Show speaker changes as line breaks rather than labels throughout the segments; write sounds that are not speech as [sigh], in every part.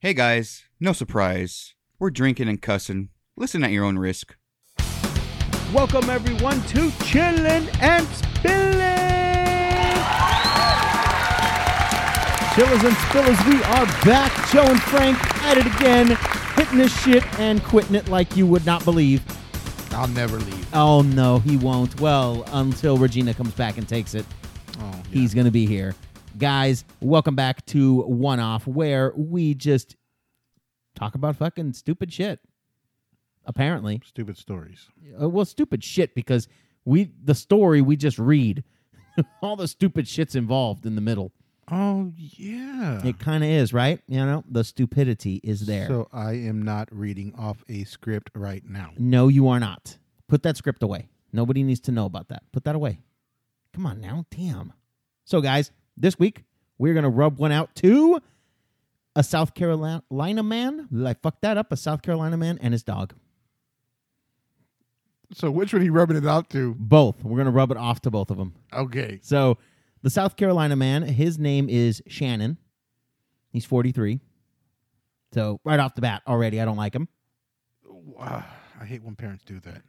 Hey guys, no surprise. We're drinking and cussing. Listen at your own risk.
Welcome everyone to Chillin' and Spillin'. Chillers and Spillers, we are back. Joe and Frank at it again, hitting this shit and quitting it like you would not believe.
I'll never leave.
Oh no, he won't. Well, until Regina comes back and takes it,
Oh, yeah.
he's gonna be here. Guys, welcome back to One Off, where we just talk about fucking stupid shit. Apparently.
stupid stories.
uh, well stupid shit because we the story we just read [laughs] all the stupid shit's involved in the middle
Oh yeah.
it kind of is right you know the stupidity is there
So I am not reading off a script right now.
no you are not put that script away nobody needs to know about that put that away come on now damn so guys this week we're gonna rub one out to a south carolina man i fucked that up a south carolina man and his dog
So which one are you rubbing it out to?
both we're gonna rub it off to both of them
Okay.
So the South Carolina man, his name is Shannon. He's 43. So right off the bat already, I don't like him.
Wow. I hate when parents do that.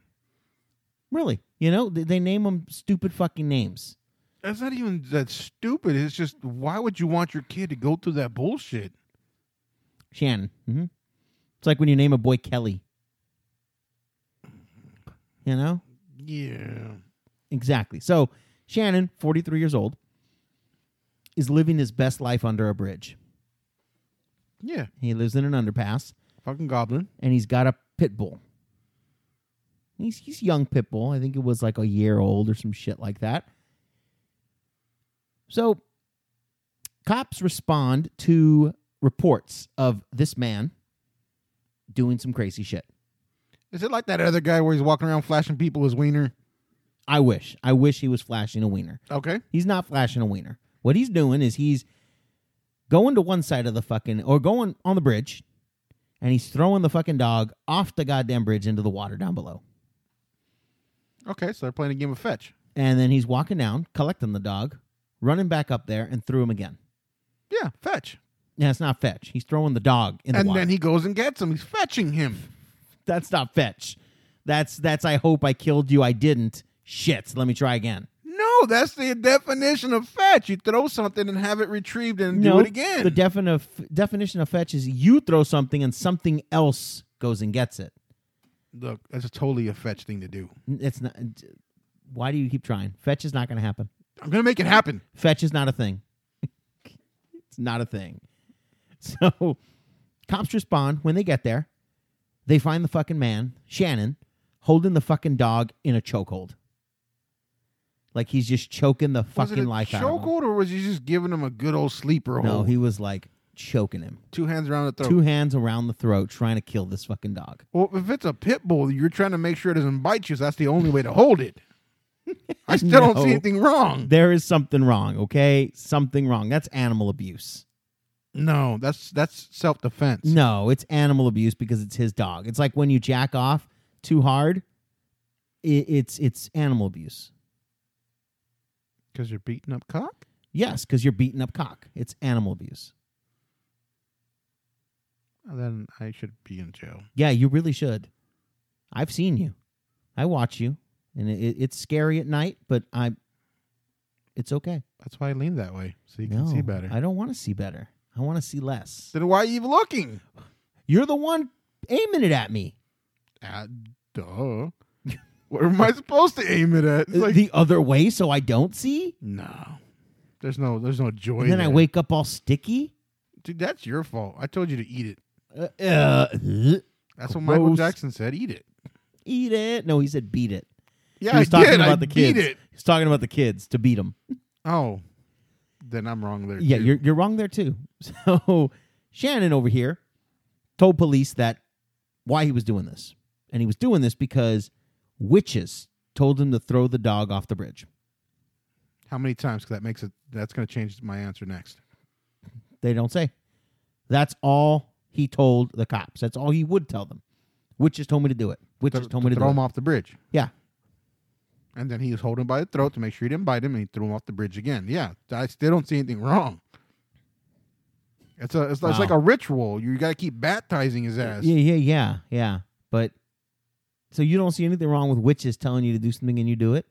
Really. You know, they, they name him stupid fucking names.
That's not even that stupid. It's just why would you want your kid to go through that bullshit?
Shannon. hmm It's like when you name a boy Kelly. You know?
Yeah.
Exactly. So Shannon, 43 years old, is living his best life under a bridge.
Yeah.
He lives in an underpass.
Fucking goblin.
and he's got a pit bull. He's he's young pit bull. I think it was like a year old or some shit like that. So cops respond to reports of this man doing some crazy shit.
Is it like that other guy where he's walking around flashing people his wiener?
I wish. I wish he was flashing a wiener.
Okay.
He's not flashing a wiener. What he's doing is he's going to one side of the fucking or going on the bridge and he's throwing the fucking dog off the goddamn bridge into the water down below.
Okay. So they're playing a game of fetch.
And then he's walking down, collecting the dog, running back up there, and threw him again.
Yeah, fetch.
Yeah, it's not fetch. He's throwing the dog in the
and
water.
then he goes and gets him. He's fetching him.
that's not fetch. That's that's. I hope I killed you. I didn't. Shit. Let me try again.
No, that's the definition of fetch. You throw something and have it retrieved and do it again.
The defin- of, definition of fetch is you throw something and something else goes and gets it.
Look, that's totally a fetch thing to do.
It's not. Why do you keep trying? Fetch is not going to happen.
I'm gonna make it happen.
Fetch is not a thing. [laughs] it's not a thing. So cops respond when they get there. They find the fucking man, Shannon, holding the fucking dog in a chokehold. Like he's just choking the
was it
fucking
a
life out of him.
chokehold, or was he just giving him a good old sleeper
No,
hold?
he was like choking him.
two hands around the throat.
Two hands around the throat trying to kill this fucking dog.
Well, if it's a pit bull, you're trying to make sure it doesn't bite you. So that's the only way to hold it.
[laughs]
I still don't
No.
see anything wrong.
There is something wrong, okay? Something wrong. That's animal abuse.
No, that's that's self defense.
No, it's animal abuse because it's his dog. It's like when you jack off too hard. i it's it's animal abuse.
because you're beating up cock.
Yes, because you're beating up cock. It's animal abuse.
Then I should be in jail.
Yeah, you really should. I've seen you. I watch you, and it, it- it's scary at night, but I. It's okay.
That's why I lean that way, so you
no,
can see better.
I don't want to see better. I want to see less.
Then why are you even looking?
You're the one aiming it at me.
Ah, duh. Where am I supposed to aim it at? It's like
Uh, the other way, so I don't see.
no. There's no there's no joy.
And then I
there.
wake up all sticky.
Dude, that's your fault. I told you to eat it.
Uh, uh,
That's what Michael
Gross.
Jackson said. Eat it.
eat it. No, he said beat it.
Yeah,
he was
I
talking
did.
about
I
the
beat
kids.
it.
He's talking about the kids to beat them.
Oh, then I'm wrong there.
Yeah,
too.
you're you're wrong there too. [laughs] So Shannon over here told police that why he was doing this, and he was doing this because witches told him to throw the dog off the bridge.
How many times? Because that makes it. That's going to change my answer next.
They don't say. That's all he told the cops. That's all he would tell them. Witches told me to do it.
To,
Witches told me
to
to
throw
do
him
it.
off the bridge.
Yeah.
And then he was holding him by the throat to make sure he didn't bite him, and he threw him off the bridge again. Yeah, I still don't see anything wrong. It's a it's, it's like
Wow.
a ritual. You got to keep baptizing his ass.
Yeah, yeah, yeah, yeah. But so you don't see anything wrong with witches telling you to do something and you do it?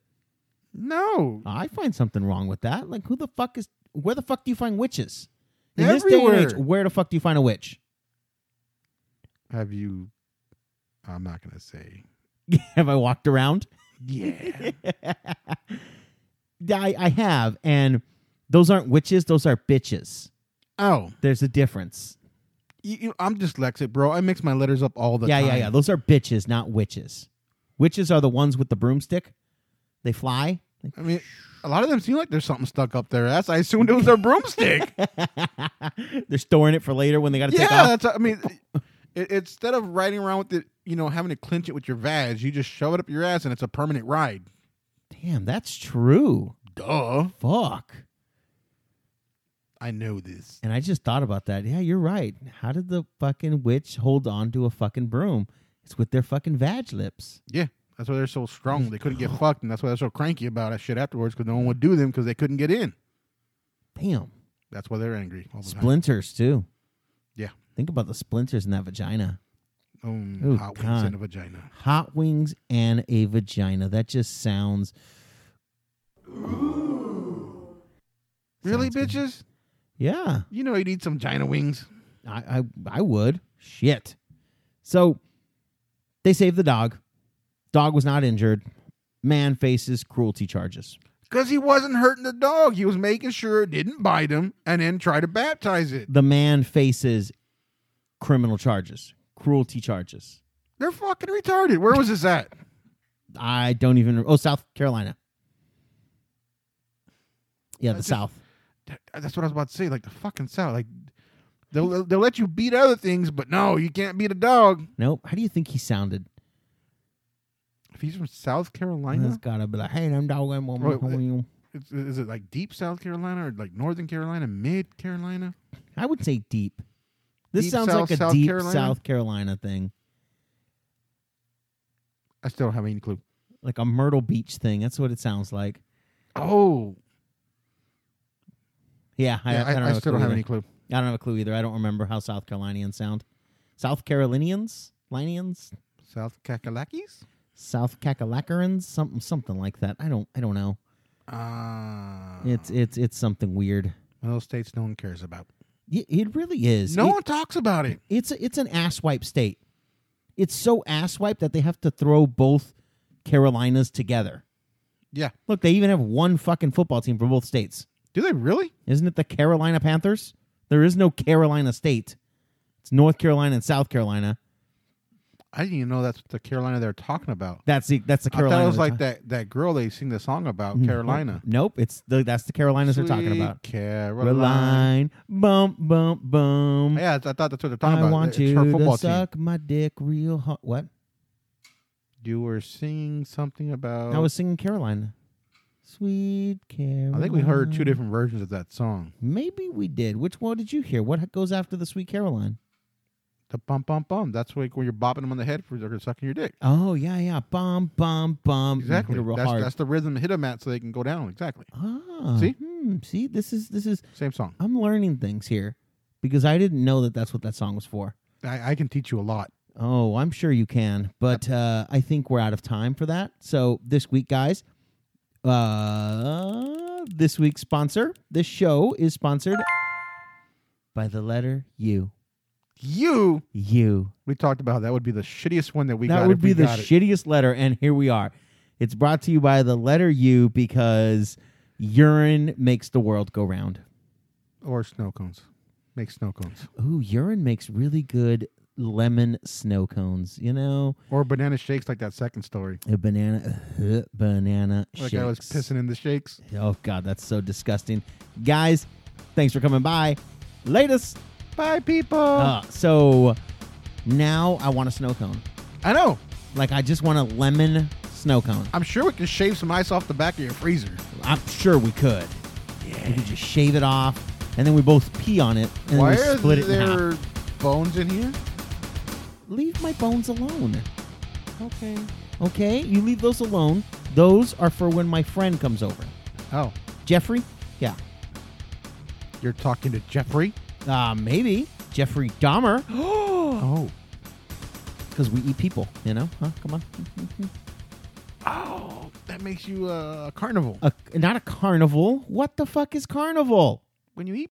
No,
I find something wrong with that. Like, who the fuck is? Where the fuck do you find witches? In this day and
Everywhere.
age, where the fuck do you find a witch? [laughs]
have you? I'm not gonna say.
have I walked around? [laughs]
Yeah,
Yeah, I, I have, and those aren't witches; those are bitches.
[laughs] Oh,
There's a difference.
you, you, I'm dyslexic, bro. I mix my letters up all the
yeah,
time.
yeah, yeah. Those are bitches, not witches. Witches are the ones with the broomstick. They fly. [laughs]
I mean, a lot of them seem like there's something stuck up their ass. I assumed it was their broomstick.
They're storing it for later when they got to
yeah,
take off.
that's. I mean, it, instead of riding around with it, you know, having to clinch it with your vag, you just shove it up your ass, and it's a permanent ride.
Damn, that's true.
Duh,
Fuck.
I know this.
And I just thought about that. Yeah, you're right. How did the fucking witch hold on to a fucking broom? It's with their fucking vag lips.
Yeah, that's why they're so strong. They couldn't get fucked, and that's why they're so cranky about that shit afterwards because no one would do them because they couldn't get in.
Damn.
That's why they're angry. All the time.
Splinters too.
Yeah.
Think about the splinters in that vagina.
Um,
Ooh,
hot wings
Oh, God.
in a vagina.
Hot wings and a vagina. That just
[gasps]
sounds
Really,
Sounds good.
bitches?
yeah.
You know, you'd eat some vagina wings.
I, I I would. Shit. So they saved the dog. Dog was not injured. Man faces cruelty charges.
Because he wasn't hurting the dog. He was making sure it didn't bite him and then try to baptize it.
The man faces criminal charges, cruelty charges.
They're fucking retarded. Where was this at?
I don't even. Oh, South Carolina. Yeah, the
That's just-
South.
That's what I was about to say. Like the fucking South. Like they'll, they'll let you beat other things, but no, you can't beat a dog.
Nope. How do you think he sounded?
If he's from South
That's
Carolina,
gotta be like, hey, I'm dog. I'm
Wait, it's, is it like deep South Carolina or like Northern Carolina, mid Carolina?
I would say deep. This
Deep
sounds
South,
like a
South
deep
Carolina?
South Carolina thing,
I still don't have any clue.
like a Myrtle Beach thing. That's what it sounds like.
Oh,
Yeah, I,
yeah,
I, don't
I, I
have a clue
still don't have
either.
any clue.
I don't have a clue either. I don't remember how South Carolinians sound. South Carolinians, Linians,
South Kakalakis?
South Cacalacarans, something something like that. I don't I don't know.
Ah,
It's it's it's something weird.
one of those states no one cares about.
Y- It really is.
No
It-
one talks about it.
it's it's an ass wipe state. It's so ass wipe that they have to throw both Carolinas together.
Yeah.
Look, they even have one fucking football team for both states.
Do they really?
Isn't it the Carolina Panthers? There is no Carolina state. It's North Carolina and South Carolina.
I didn't even know that's the Carolina they're talking about.
That's the that's the Carolina.
I thought it was
they're
like
talking-
that that girl they sing the song about,
No.
Carolina.
Nope, it's the that's the Carolinas
Sweet
they're talking about.
Carolina.
Caroline, bump, bump, bum.
Yeah, I thought that's what they're
Mm-hmm.
talking
I
about.
want
It's her
you
football
to suck my dick real hard. What?
team. You were singing something about.
I was singing Carolina. Sweet Carolina.
Oh. I think we heard
Mm-hmm.
two different versions of that song.
Maybe we did. Which one did you hear? What goes after the Sweet Caroline?
The bum bum bum. That's like when you're bopping them on the head for they're sucking your dick.
Oh yeah, yeah. Bum, bum, bum. You hit
Exactly.
it real
That's,
hard.
that's the rhythm. Hit them at so they can go down. Exactly.
ah,
See?
hmm, see, this is this is.
Same song.
I'm learning things here because I didn't know that that's what that song was for.
I, I can teach you a lot.
Oh, I'm sure you can, but uh, I think we're out of time for that. So this week, guys, uh, this week's sponsor, this show is sponsored by the letter U.
You.
U.
We talked about how that would be the shittiest one that we got.
that
if
would
we
be the
got it.
shittiest letter, and here we are. It's brought to you by the letter U because urine makes the world go round.
Or snow cones. Make snow cones.
Ooh, urine makes really good lemon snow cones. You know,
Or banana shakes like that second story.
a banana, uh, banana.
Like I was
shakes.
pissing in the shakes.
Oh God, that's so disgusting. Guys, thanks for coming by. Latest.
Bye, people.
Uh, so now I want a snow cone.
I know.
Like I just want a lemon snow cone.
I'm sure we can shave some ice off the back of your freezer.
I'm sure we could. Yeah. We could just shave it off, and then we both pee on it, and
Why
then
are
we split it in half.
there bones in here?
Leave my bones alone.
Okay.
Okay, you leave those alone. Those are for when my friend comes over.
Oh,
Jeffrey. Yeah. [gasps]
you're talking to Jeffrey? [gasps]
Uh, maybe Jeffrey Dahmer. [gasps]
Oh.
Because we eat people, you know? Huh? Come on.
Oh, that makes you uh, a carnival
A, not a carnival. What the fuck is carnival?
when you eat